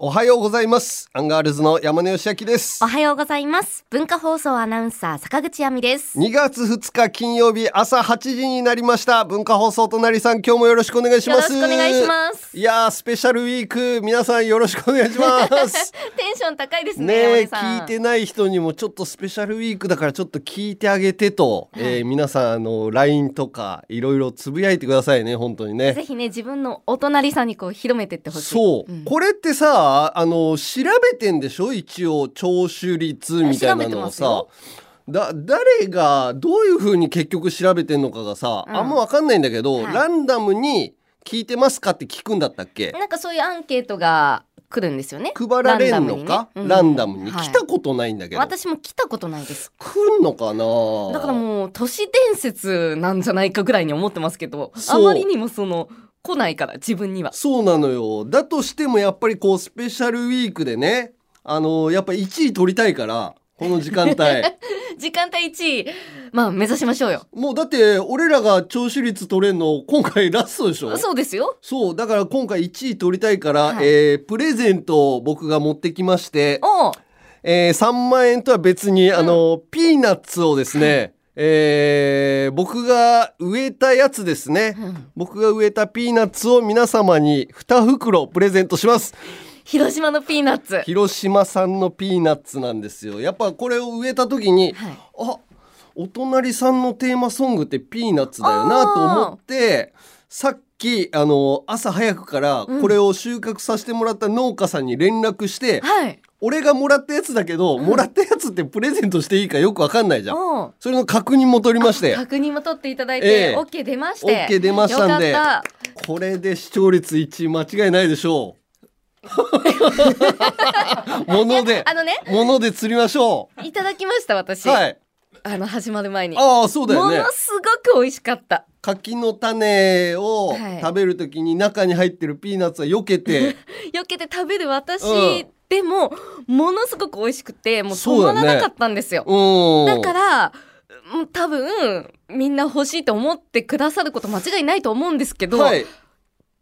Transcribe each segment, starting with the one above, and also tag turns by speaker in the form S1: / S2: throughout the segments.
S1: おはようございますアンガールズの山根義明です
S2: おはようございます文化放送アナウンサー坂口亜美です
S1: 2月2日金曜日朝8時になりました文化放送隣さん今日もよろしくお願いします
S2: よろしくお願いします
S1: いやースペシャルウィーク皆さんよろしくお願いします
S2: テンション高い ですね
S1: ね
S2: 山
S1: え
S2: 根さん
S1: 聞いてない人にもちょっとスペシャルウィークだからちょっと聞いてあげてと、えー皆さんあの LINE とかいろいろつぶやいてくださいね本当にね
S2: ぜひね自分のお隣さんにこう広めてってほしい
S1: そう、
S2: ん
S1: これってさあの調べてんでしょ一応聴取率みたいな
S2: 調べて
S1: のを
S2: ます
S1: さ
S2: よ
S1: だ誰がどういうふうに結局調べてんのかがさ、
S2: うん
S1: あんま分かんないんだけど、
S2: はい
S1: ランダムに「聞いてますか?」って聞くんだったっけ
S2: なんかそういうアンケートが来るんですよね
S1: 配られんのかラン,、
S2: ラン
S1: ダ
S2: ダ
S1: ム
S2: ム
S1: に、
S2: にねうん
S1: 来たことないんだけど来
S2: 私も来たことないです
S1: るのかな
S2: だからもう都市伝説なんじゃないかぐらいに思ってますけどあ
S1: そう
S2: まりにもその来ないから自分には
S1: そうなのよだとしてもやっぱりこうスペシャルウィークでねあのやっぱ1位取りたいからこの時 間帯
S2: 時間帯1位まあ目指しましょうよ
S1: もうだって俺らが聴取率取れんの今回ラストでしょ
S2: そうですよ
S1: そうだから今回1位取りたいから、
S2: はい
S1: えープレゼントを僕が持ってきまして、
S2: おう
S1: えー3万円とは別に、あのピーナッツをですね、えー僕が植えたやつですね、
S2: うん
S1: 僕が植えたピーナッツを皆様に2袋プレゼントします
S2: 広島のピーナッツ
S1: 広島産のピーナッツなんですよやっぱこれを植えた時に、
S2: はい
S1: あお隣さんのテーマソングってピーナッツだよなと思ってさっきあの朝早くから
S2: うん
S1: これを収穫させてもらった農家さんに連絡して、
S2: はい
S1: 俺がもらったやつだけど、もらったやつってプレゼントしていいかよくわかんないじゃん。
S2: おう
S1: それの確認も取りまして
S2: 確認も取っていただい
S1: ええ
S2: て、オッ OK 出まして。
S1: OK 出ましたんで
S2: よかっ
S1: これで視聴率1間違いないでしょ う。もので
S2: た。あのね、
S1: もので釣りましょ
S2: いただきました私。
S1: う。はい。
S2: あの始まる前に。
S1: ああそうだよ
S2: も
S1: ね
S2: の。すごく美味しかった。
S1: 柿の種を
S2: はい
S1: 食べるときに中に入ってるピーナッツは避け て、
S2: よけて食べる私、
S1: うん
S2: でもものすごく美味しくて、もう
S1: そう
S2: 止
S1: だ
S2: ま
S1: ね
S2: らなかったんですよ。
S1: うん。
S2: だから。もう多分みんな欲しいと思ってくださること間違いないと思うんですけ ど、
S1: はい。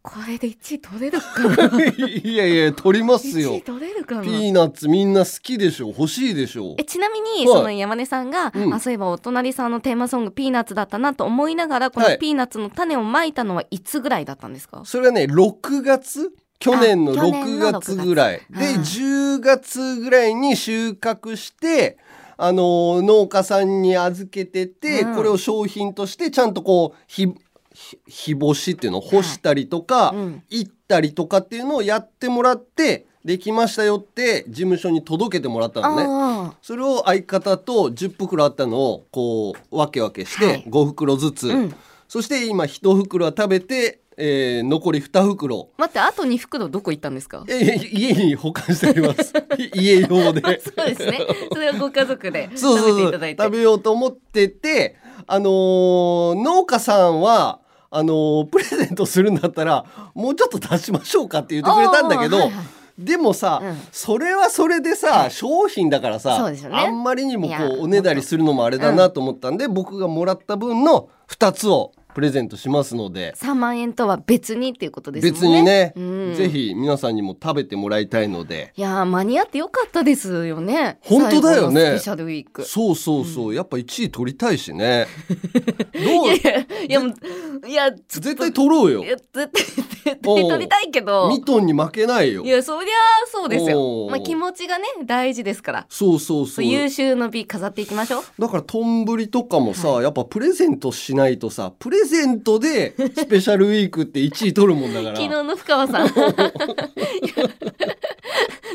S2: これで1位取れるかな
S1: いやいや取ります
S2: 1
S1: よ
S2: 位。取れるかな
S1: ピーナッツみんな好きでしょ欲しいでしょ
S2: えちなみ
S1: はい
S2: にその山根さんが、
S1: うん
S2: あそういえばお隣さんのテーマソング「ピーナッツ」だったなと思いながらこ
S1: は
S2: の
S1: い
S2: ピーナッツの種をまいたのはいつぐらいだったんですか、
S1: それがね6月去年の
S2: あ去年
S1: 6
S2: の6
S1: 月ぐらいで
S2: うん
S1: 10月ぐらいに収穫してあのー農家さんに預けてて、
S2: うん
S1: これを商品としてちゃんとこうひひ日干しっていうの干したりとか、
S2: うん
S1: 行ったりとかっていうのをやってもらってできましたよって事務所に届けてもらったのね。
S2: あ
S1: それを相方と10袋あったのをこう分け分けし
S2: は
S1: て
S2: い
S1: 5袋ずつ、
S2: あうん
S1: そして今1袋は食べて、えー残り2袋
S2: 待ってあと2袋どこ行ったんですか
S1: えー家に保管してあります い家用で
S2: そうですねそれはご家族で
S1: そ
S2: 食
S1: うそう
S2: べて
S1: そ
S2: いうただいて
S1: 食べようと思っててあのー農家さんはあのープレゼントするんだったらもうちょっと出しましょうかって言ってくれたんだけど、
S2: あーはいはい
S1: でもさ、
S2: うん
S1: それはそれでさ商品だから
S2: そ
S1: さ、
S2: うですよね
S1: あんまりにもこ
S2: いや
S1: うおねだりするのもあれだなと思ったんで、僕がもらった分の2つをプレゼントしますので。
S2: 3万円とは別にっていうことですもんね
S1: 別にね、
S2: うん
S1: ぜひ皆さんにも食べてもらいたいので
S2: いやー間に合ってよかったですよね
S1: 本当だよね
S2: 最後のスペシャルウィーク
S1: そうそうそう、やっぱ1位取りたいし ねど
S2: いうやいやいやもういやちょっと
S1: 絶対取ろうよ
S2: いや絶対絶対取りたいけど
S1: ミトンに負けないよ
S2: いやそりゃあそうです
S1: お
S2: よ
S1: ー。
S2: まあ気持ちがね大事ですから。
S1: そうそうそ
S2: そうう優秀の美飾っていきましょう。
S1: だから丼とかもさ、やっぱプレゼントしないとさプレゼントでスペシャルウィークって1位取るもんだから
S2: 昨日の深川さん。いや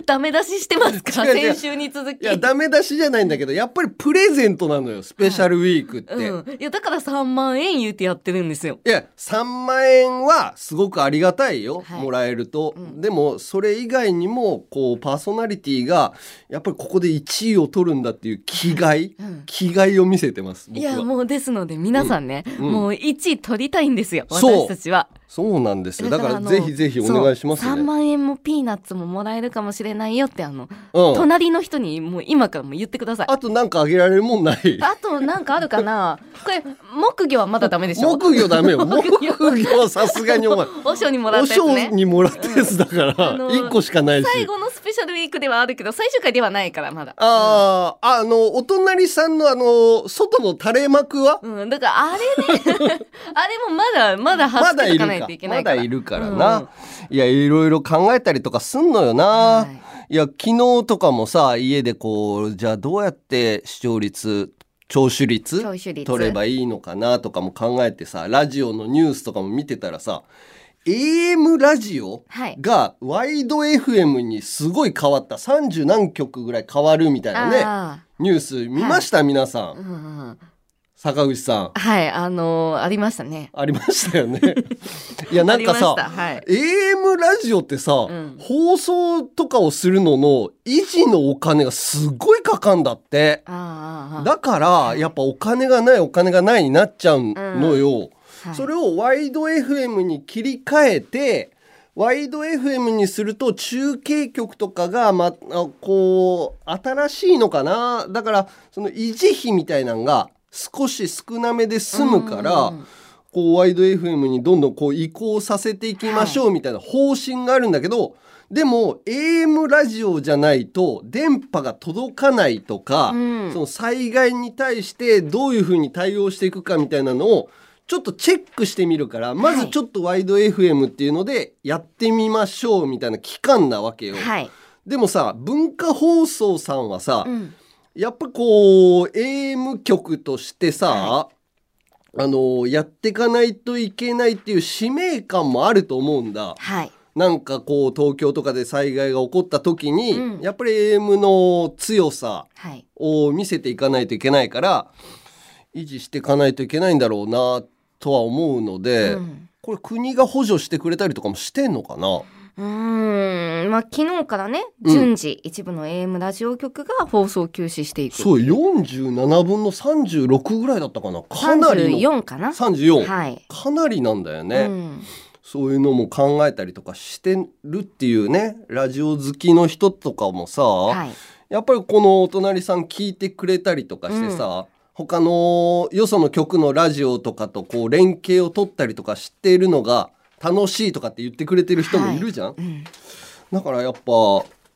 S2: ダメ出ししてますか
S1: 違う違う
S2: 先週に続
S1: い
S2: き。
S1: やダメ出しじゃないんだけどやっぱりプレゼントなのよスペシャルウィークって、
S2: うん、いやだから3万円言うてやってるんですよ。
S1: いや3万円はすごくありがたいよ、
S2: はい
S1: もらえると、
S2: うん
S1: でもそれ以外にもこうパーソナリティがやっぱりここで1位を取るんだっていう気概、
S2: うん
S1: 気概を見せてます
S2: い
S1: 僕は
S2: やもうですので皆さんね、
S1: うん
S2: もう1位取りたいんですよ
S1: そう
S2: 私たちは。
S1: そうなんですよだから
S2: あの
S1: ぜひぜひお願いします
S2: そう3
S1: ね、
S2: 万円もピーナッツももらえるかもしれないよってあの、
S1: うん、
S2: 隣の人にもう今からも言ってくださいあ
S1: あとなんかあげられるもんない
S2: となんかあるかなこれ木魚はまだダメでしょ
S1: 木魚ダメよ木
S2: 木魚
S1: 魚はさすがにお前
S2: お賞にもら
S1: お
S2: ったやつ
S1: 正
S2: ね
S1: にもらったやつだから、
S2: あの
S1: 1個しかないし
S2: 最後のスペシャルウィークではあるけど最終回ではないからまだ
S1: ああ、あの、お隣さんのあの、外の垂れ幕は
S2: うん、だからあれね あれもまだまだ
S1: ま
S2: 発
S1: だ
S2: 付
S1: いる
S2: と
S1: か
S2: かないといけな
S1: ま
S2: いか
S1: だ
S2: ら
S1: いるから
S2: うん
S1: な。いや、いろいろ考えたりとかすんのよな。
S2: はい
S1: いや、昨日とかもさ、家でこう、じゃあどうやって視聴率、聴取率
S2: 聴取率
S1: 取ればいいのかなとかも考えてさ、ラジオのニュースとかも見てたらさ、AM ラジオ
S2: はい
S1: がワイド FM にすごい変わった。30何曲ぐらい変わるみたいなね、
S2: あ
S1: ニュース見ました、皆さ
S2: ー
S1: ん
S2: う。んうん
S1: 坂口さん。
S2: はいあのーありましたね
S1: ありました よね。いや、なんかさ
S2: あ、りましたはい
S1: AM ラジオってさ、
S2: うん
S1: 放送とかをするのの維持のお金がすごいかかんだって。
S2: あーあーあー
S1: だから、やっぱお金がないお金がないになっちゃうのよ。
S2: はい
S1: それをワイド FM に切り替えて、ワイド FM にすると中継局とかが、ま、あこう、新しいのかな。だから、その維持費みたいなのが少し少なめで済むから、
S2: うんうんうん
S1: こうワイド FM にどんどんこう移行させていきましょうみたいな方針があるんだけど、でも AM ラジオじゃないと電波が届かないとか、
S2: うん
S1: その災害に対してどういうふうに対応していくかみたいなのをちょっとチェックしてみるからまずちょっとワイド FM っていうのでやってみましょうみたいな期間なわけよ。
S2: はい、
S1: でもさ文化放送さんはさ、
S2: うん
S1: やっぱこう AM 局としてさ、あのやっていかないといけないっていう使命感もあると思うんだ。
S2: はい
S1: なんかこう東京とかで災害が起こった時に、
S2: うん
S1: やっぱり AM の強さ
S2: はい
S1: を見せていかないといけないから維持していかないといけないんだろうなとは思うので、
S2: うん
S1: これ国が補助してくれたりとかもしてんのかな
S2: うーんまあ昨日からね
S1: うん
S2: 順次、一部の AM ラジオ局が放送休止していく
S1: そう47分の36ぐらいだったかなかなりの
S2: 34かな
S1: 34
S2: はい、
S1: かなりなんだよね、
S2: うん
S1: そういうのも考えたりとかしてるっていうねラジオ好きの人とかもさ、
S2: はい、
S1: やっぱりこのお隣さん聞いてくれたりとかしてさ、他のよその曲のラジオとかとこう連携を取ったりとかしているのが楽しいとかって言ってくれてる人もいるじゃん、
S2: うん、
S1: だからやっぱ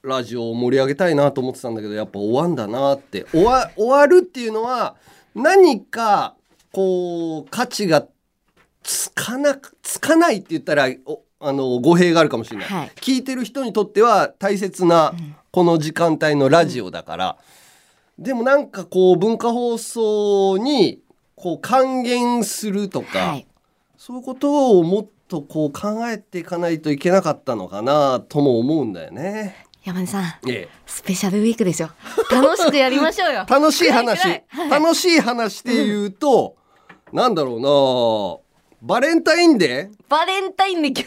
S1: ラジオを盛り上げたいなと思ってたんだけどやっぱ終わんだなって終わ終わるっていうのは何かこう価値がつかなつかないって言ったらおあの語弊があるかもしれない、
S2: はい
S1: 聞いてる人にとっては大切なこの時間帯のラジオだから、でもなんかこう文化放送にこう還元するとか、
S2: はい
S1: そういうことをもっとこう考えていかないといけなかったのかなとも思うんだよね。
S2: 山根さん
S1: ええ
S2: スペシャルウィークですよ 楽しくやりましょうよ
S1: 楽しい話、
S2: 暗い暗いはい
S1: 楽しい話で言うと、なんだろうなバレンタインデ
S2: バレンタインで急に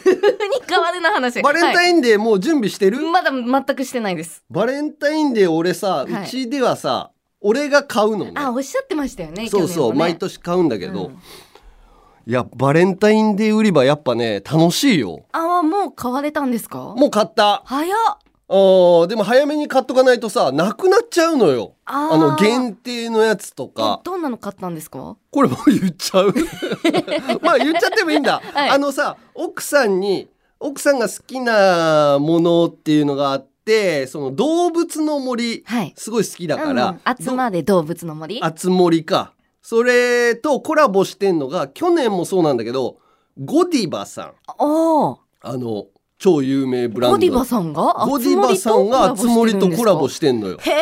S2: 変わるな話
S1: ーバレンタ
S2: イ
S1: インデーもう準備してる、
S2: まだ全くしてないです
S1: バレンタインデー俺さ、
S2: はいう
S1: ちではさ俺が買うのね
S2: あおっしゃってましたよね
S1: そうそう、
S2: 去年もね
S1: 毎年買うんだけど、
S2: うん
S1: いやバレンタインデー売り場やっぱね楽しいよ
S2: あもう買われたんですか
S1: もう買った
S2: 早っ
S1: あーでも早めに買っとかないとさなくなっちゃうのよ
S2: あー
S1: あの限定のやつとか
S2: えどんなの買ったんですか
S1: これもう言っちゃ うまあ言っちゃってもいいんだ、
S2: はい
S1: あのさ奥さんに奥さんが好きなものっていうのがあってその動物の森
S2: はい
S1: すごい好きだから、
S2: うんうん、集まれ動物の森
S1: あつ森かそれとコラボしてんのが去年もそうなんだけどゴディバさん
S2: おお
S1: あの超有名ブランド
S2: ゴディバさんが
S1: ゴディバさんがあつ森とコラボ
S2: し
S1: してんのよ
S2: てへ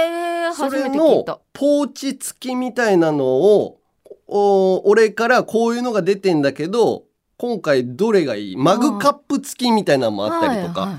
S2: え
S1: そ
S2: 初
S1: れ
S2: めて聞いた
S1: のポーチ付きみたいなのをお俺からこういうのが出てんだけど今回どれがいいマグカップ付きみたいなのもあったりとか、
S2: はいはい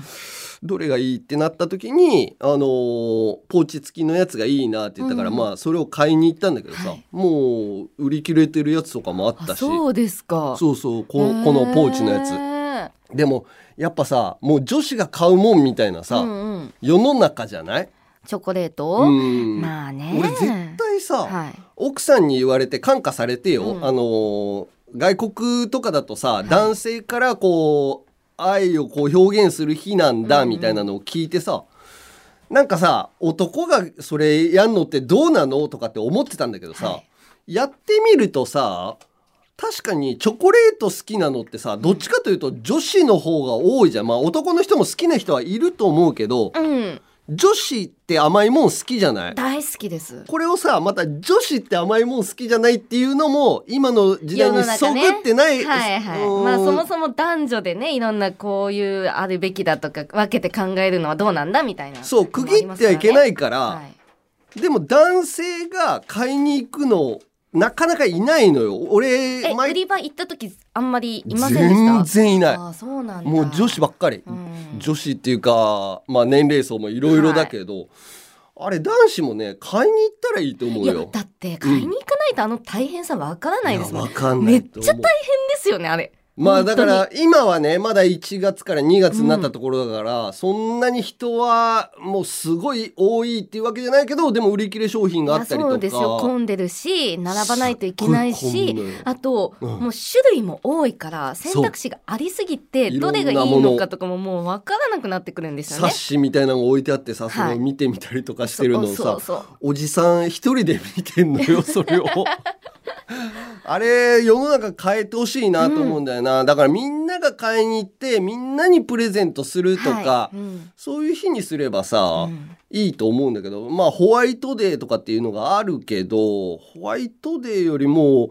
S1: どれがいいってなった時に、あのーポーチ付きのやつがいいなって言ったから、
S2: うん
S1: まあそれを買いに行ったんだけどさ、
S2: はい
S1: もう売り切れてるやつとかもあっ
S2: あ
S1: たし
S2: そうですか
S1: そうそうここのポーチのやつ
S2: や
S1: でもやっぱさもう女子が買うもんみたいなさ、
S2: うんうん、
S1: 世の中じゃない
S2: チョコレート
S1: う
S2: を、
S1: ん、
S2: まあね
S1: 俺絶対さ、
S2: はい
S1: 奥さんに言われて感化されてよ、
S2: うん
S1: あのー外国とかだとさ男性からこう愛をこう表現する日なん
S2: うん
S1: だ
S2: うん
S1: みたいなのを聞いてさ、なんかさ男がそれやんのってどうなのとかって思ってたんだけどさ、
S2: は
S1: やってみるとさ確かにチョコレート好きなのってさどっちかというと女子の方が多いじゃんまあ男の人も好きな人はいると思うけど
S2: うん
S1: 女子って甘いもん好きじゃない
S2: 大好きです
S1: これをさまた女子って甘いもん好きじゃないっていうのも今の時代に
S2: 世の中
S1: そぐ
S2: ね
S1: ってない、
S2: はいはい
S1: うん
S2: まあそもそも男女でねいろんなこういうあるべきだとか分けて考えるのはどうなんだみたいな
S1: そう区切ってはいけないいから、
S2: はい
S1: でも男性が買いに行くのなかなかいないのよ俺
S2: え売り場行った時あんまりいませんでした
S1: 全然いない
S2: ああそうなんだ
S1: もう女子ばっかり、
S2: うん
S1: 女子っていうかまあ年齢層もいろいろだけど、あれ男子もね買いに行ったらいいと思
S2: いうや
S1: よ。
S2: だって買いに行かないとあの大変さわからないですもん
S1: わ
S2: ね
S1: かんな
S2: め
S1: い
S2: っ
S1: と
S2: ち
S1: 思
S2: ゃ
S1: う
S2: 大変ですよねあれ
S1: まあ
S2: 本当
S1: だ
S2: に
S1: から今はねまだ1月から2月になったところだから、そんなに人はもうすごい多いっていうわけじゃないけどでも売り切れ商品があったりとか
S2: そうですよ混んでるし並ばないといけない
S1: すっごい混
S2: し
S1: むのよ
S2: あと、
S1: うん
S2: もう種類も多いから選択肢がありすぎて
S1: そう
S2: どれがい
S1: いろん
S2: い
S1: なもの
S2: のかとかももう分からなくなってくるんですよ
S1: 冊子
S2: ね。
S1: みたいなのが置いてあってさそれ
S2: は
S1: を
S2: い
S1: 見てみたりとかしてるのをさ、
S2: そうそうそう
S1: おじさん一人で見てんの よそれをあれ世の中変えてほしいなと思うんだよな、だからみんなが買いに行ってみんなにプレゼントするとか、
S2: はいうん
S1: そういう日にすればさ、
S2: うん
S1: いいと思うんだけどまあホワイトデーとかっていうのがあるけどホワイトデーよりも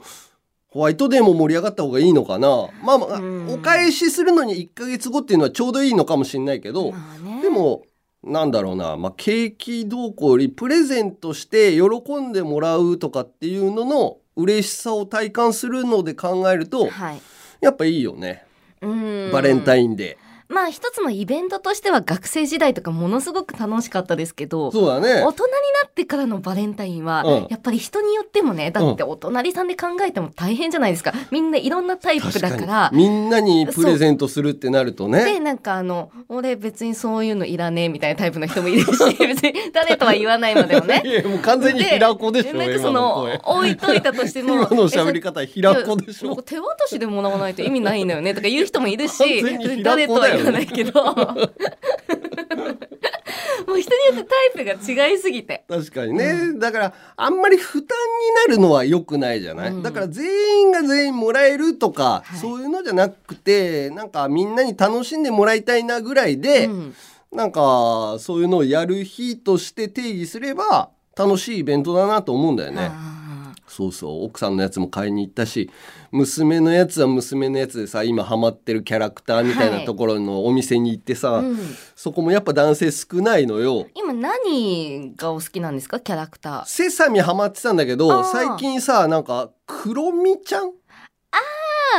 S1: ホワイトデーも盛り上がった方がいいのかなまあまあ、
S2: うん
S1: お返しするのに1ヶ月後っていうのはちょうどいいのかもしれないけど、
S2: まあね、
S1: でもなんだろうな、まあ、景気動向よりプレゼントして喜んでもらうとかっていうのの嬉しさを体感するので考えると
S2: はい
S1: やっぱいいよね、
S2: うん
S1: バレンタインデー。
S2: まあ一つのイベントとしては学生時代とかものすごく楽しかったですけど
S1: そうだね
S2: 大人になってからのバレンタインは、
S1: うん
S2: やっぱり人によってもねだってお隣さんで考えても大変じゃないですかみんないろんなタイプ
S1: 確
S2: だ
S1: か
S2: か
S1: に
S2: ら。
S1: みんなにプレゼントするってなるとね
S2: でなんかあの俺別にそういうのいらねえみたいなタイプの人もいるし別に誰とは言わないのでもね
S1: いやもう完全に平子でしょ
S2: なんか
S1: 今
S2: そ
S1: の
S2: の
S1: 声
S2: 置いといたとしても
S1: 今の喋り方
S2: えそ
S1: 平子でし
S2: なん
S1: ょ
S2: か手渡しでもらわないと意味ないんだよねとか言う人もいる
S1: 完
S2: し
S1: 全に平子だよね
S2: 誰とは言わないけどもう人によってタイプが違いすぎて
S1: 確かにね、だからあんまり負担になるのは良くないじゃない、
S2: うん
S1: だから全員が全員もらえるとか、
S2: はい
S1: そういうのじゃなくてなんかみんなに楽しんでもらいたいなぐらいで、
S2: うん
S1: なんかそういうのをやる日として定義すれば楽しいイベントだなと思うんだよね。
S2: あ
S1: そうそう奥さんのやつも買いに行ったし娘のやつは娘のやつでさ今ハマってるキャラクターみたい
S2: は
S1: ないところのお店に行ってさ、
S2: ーうん
S1: そこもやっぱ男性少ないのよ。
S2: 今何がお好きなんですかキャラクター
S1: セサミハマってたんだけ
S2: あ
S1: ど
S2: ー
S1: 最近さなんかクロミちゃん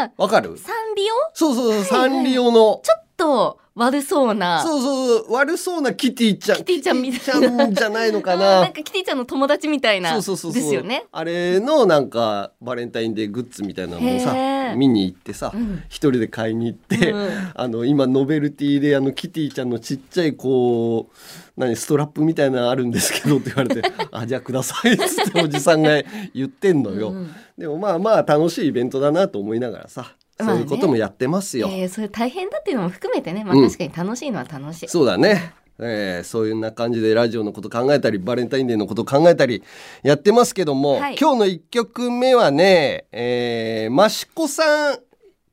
S1: あわかる
S2: サンリオ
S1: そうそうそうサ
S2: はいはい
S1: ンリオの
S2: ちょっと悪そうな
S1: そうそうそう悪そうなキティちゃん
S2: キティちゃんみたいな
S1: キティちゃんじゃないのか
S2: うん
S1: な
S2: なんかキティちゃんの友達みたい な
S1: そうそうそうそう
S2: ですよね
S1: あれのなんかバレンタインデーグッズみたいなのを
S2: へ
S1: さ
S2: ー
S1: 見に行ってさ
S2: うん
S1: 一人で買いに行って、
S2: うん
S1: あの今ノベルティであのキティちゃんのちっちゃいこう何ストラップみたいなのあるんですけどって言わ れて「あじゃあください」っつっておじさんが言ってんのよ。
S2: うん
S1: でもまあまあ楽しいイベントだなと思いながらさ
S2: まあ
S1: そ
S2: ね
S1: ういうこともやってますよ。
S2: えーそれ大変だっていうのも含めてね、まあ、
S1: うん
S2: 確かに楽しいのは楽しい、
S1: そうだね、えーそういうな感じでラジオのこと考えたりバレンタインデーのこと考えたりやってますけども、
S2: はい
S1: 今日の1曲目はね、えー、益子さん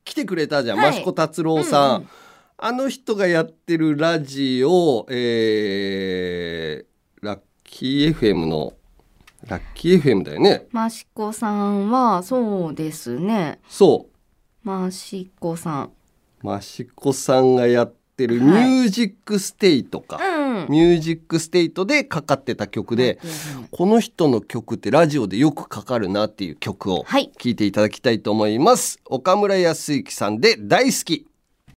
S1: 来てくれたじゃん、
S2: はい
S1: 益子達郎さん。
S2: うんう
S1: あの人がやってるラジオ、えー、ラッキー FM のラッキー FM だよね
S2: マシコさんはそうですね
S1: そう
S2: マシコさん
S1: 益子さんがやってる「ミュージックステイ」とか、
S2: うん
S1: ミュージックステイトでかかってた曲で、この人の曲ってラジオでよくかかるなっていう曲を
S2: はい
S1: 聴いていただきたいと思います。岡村康之さんで大好き。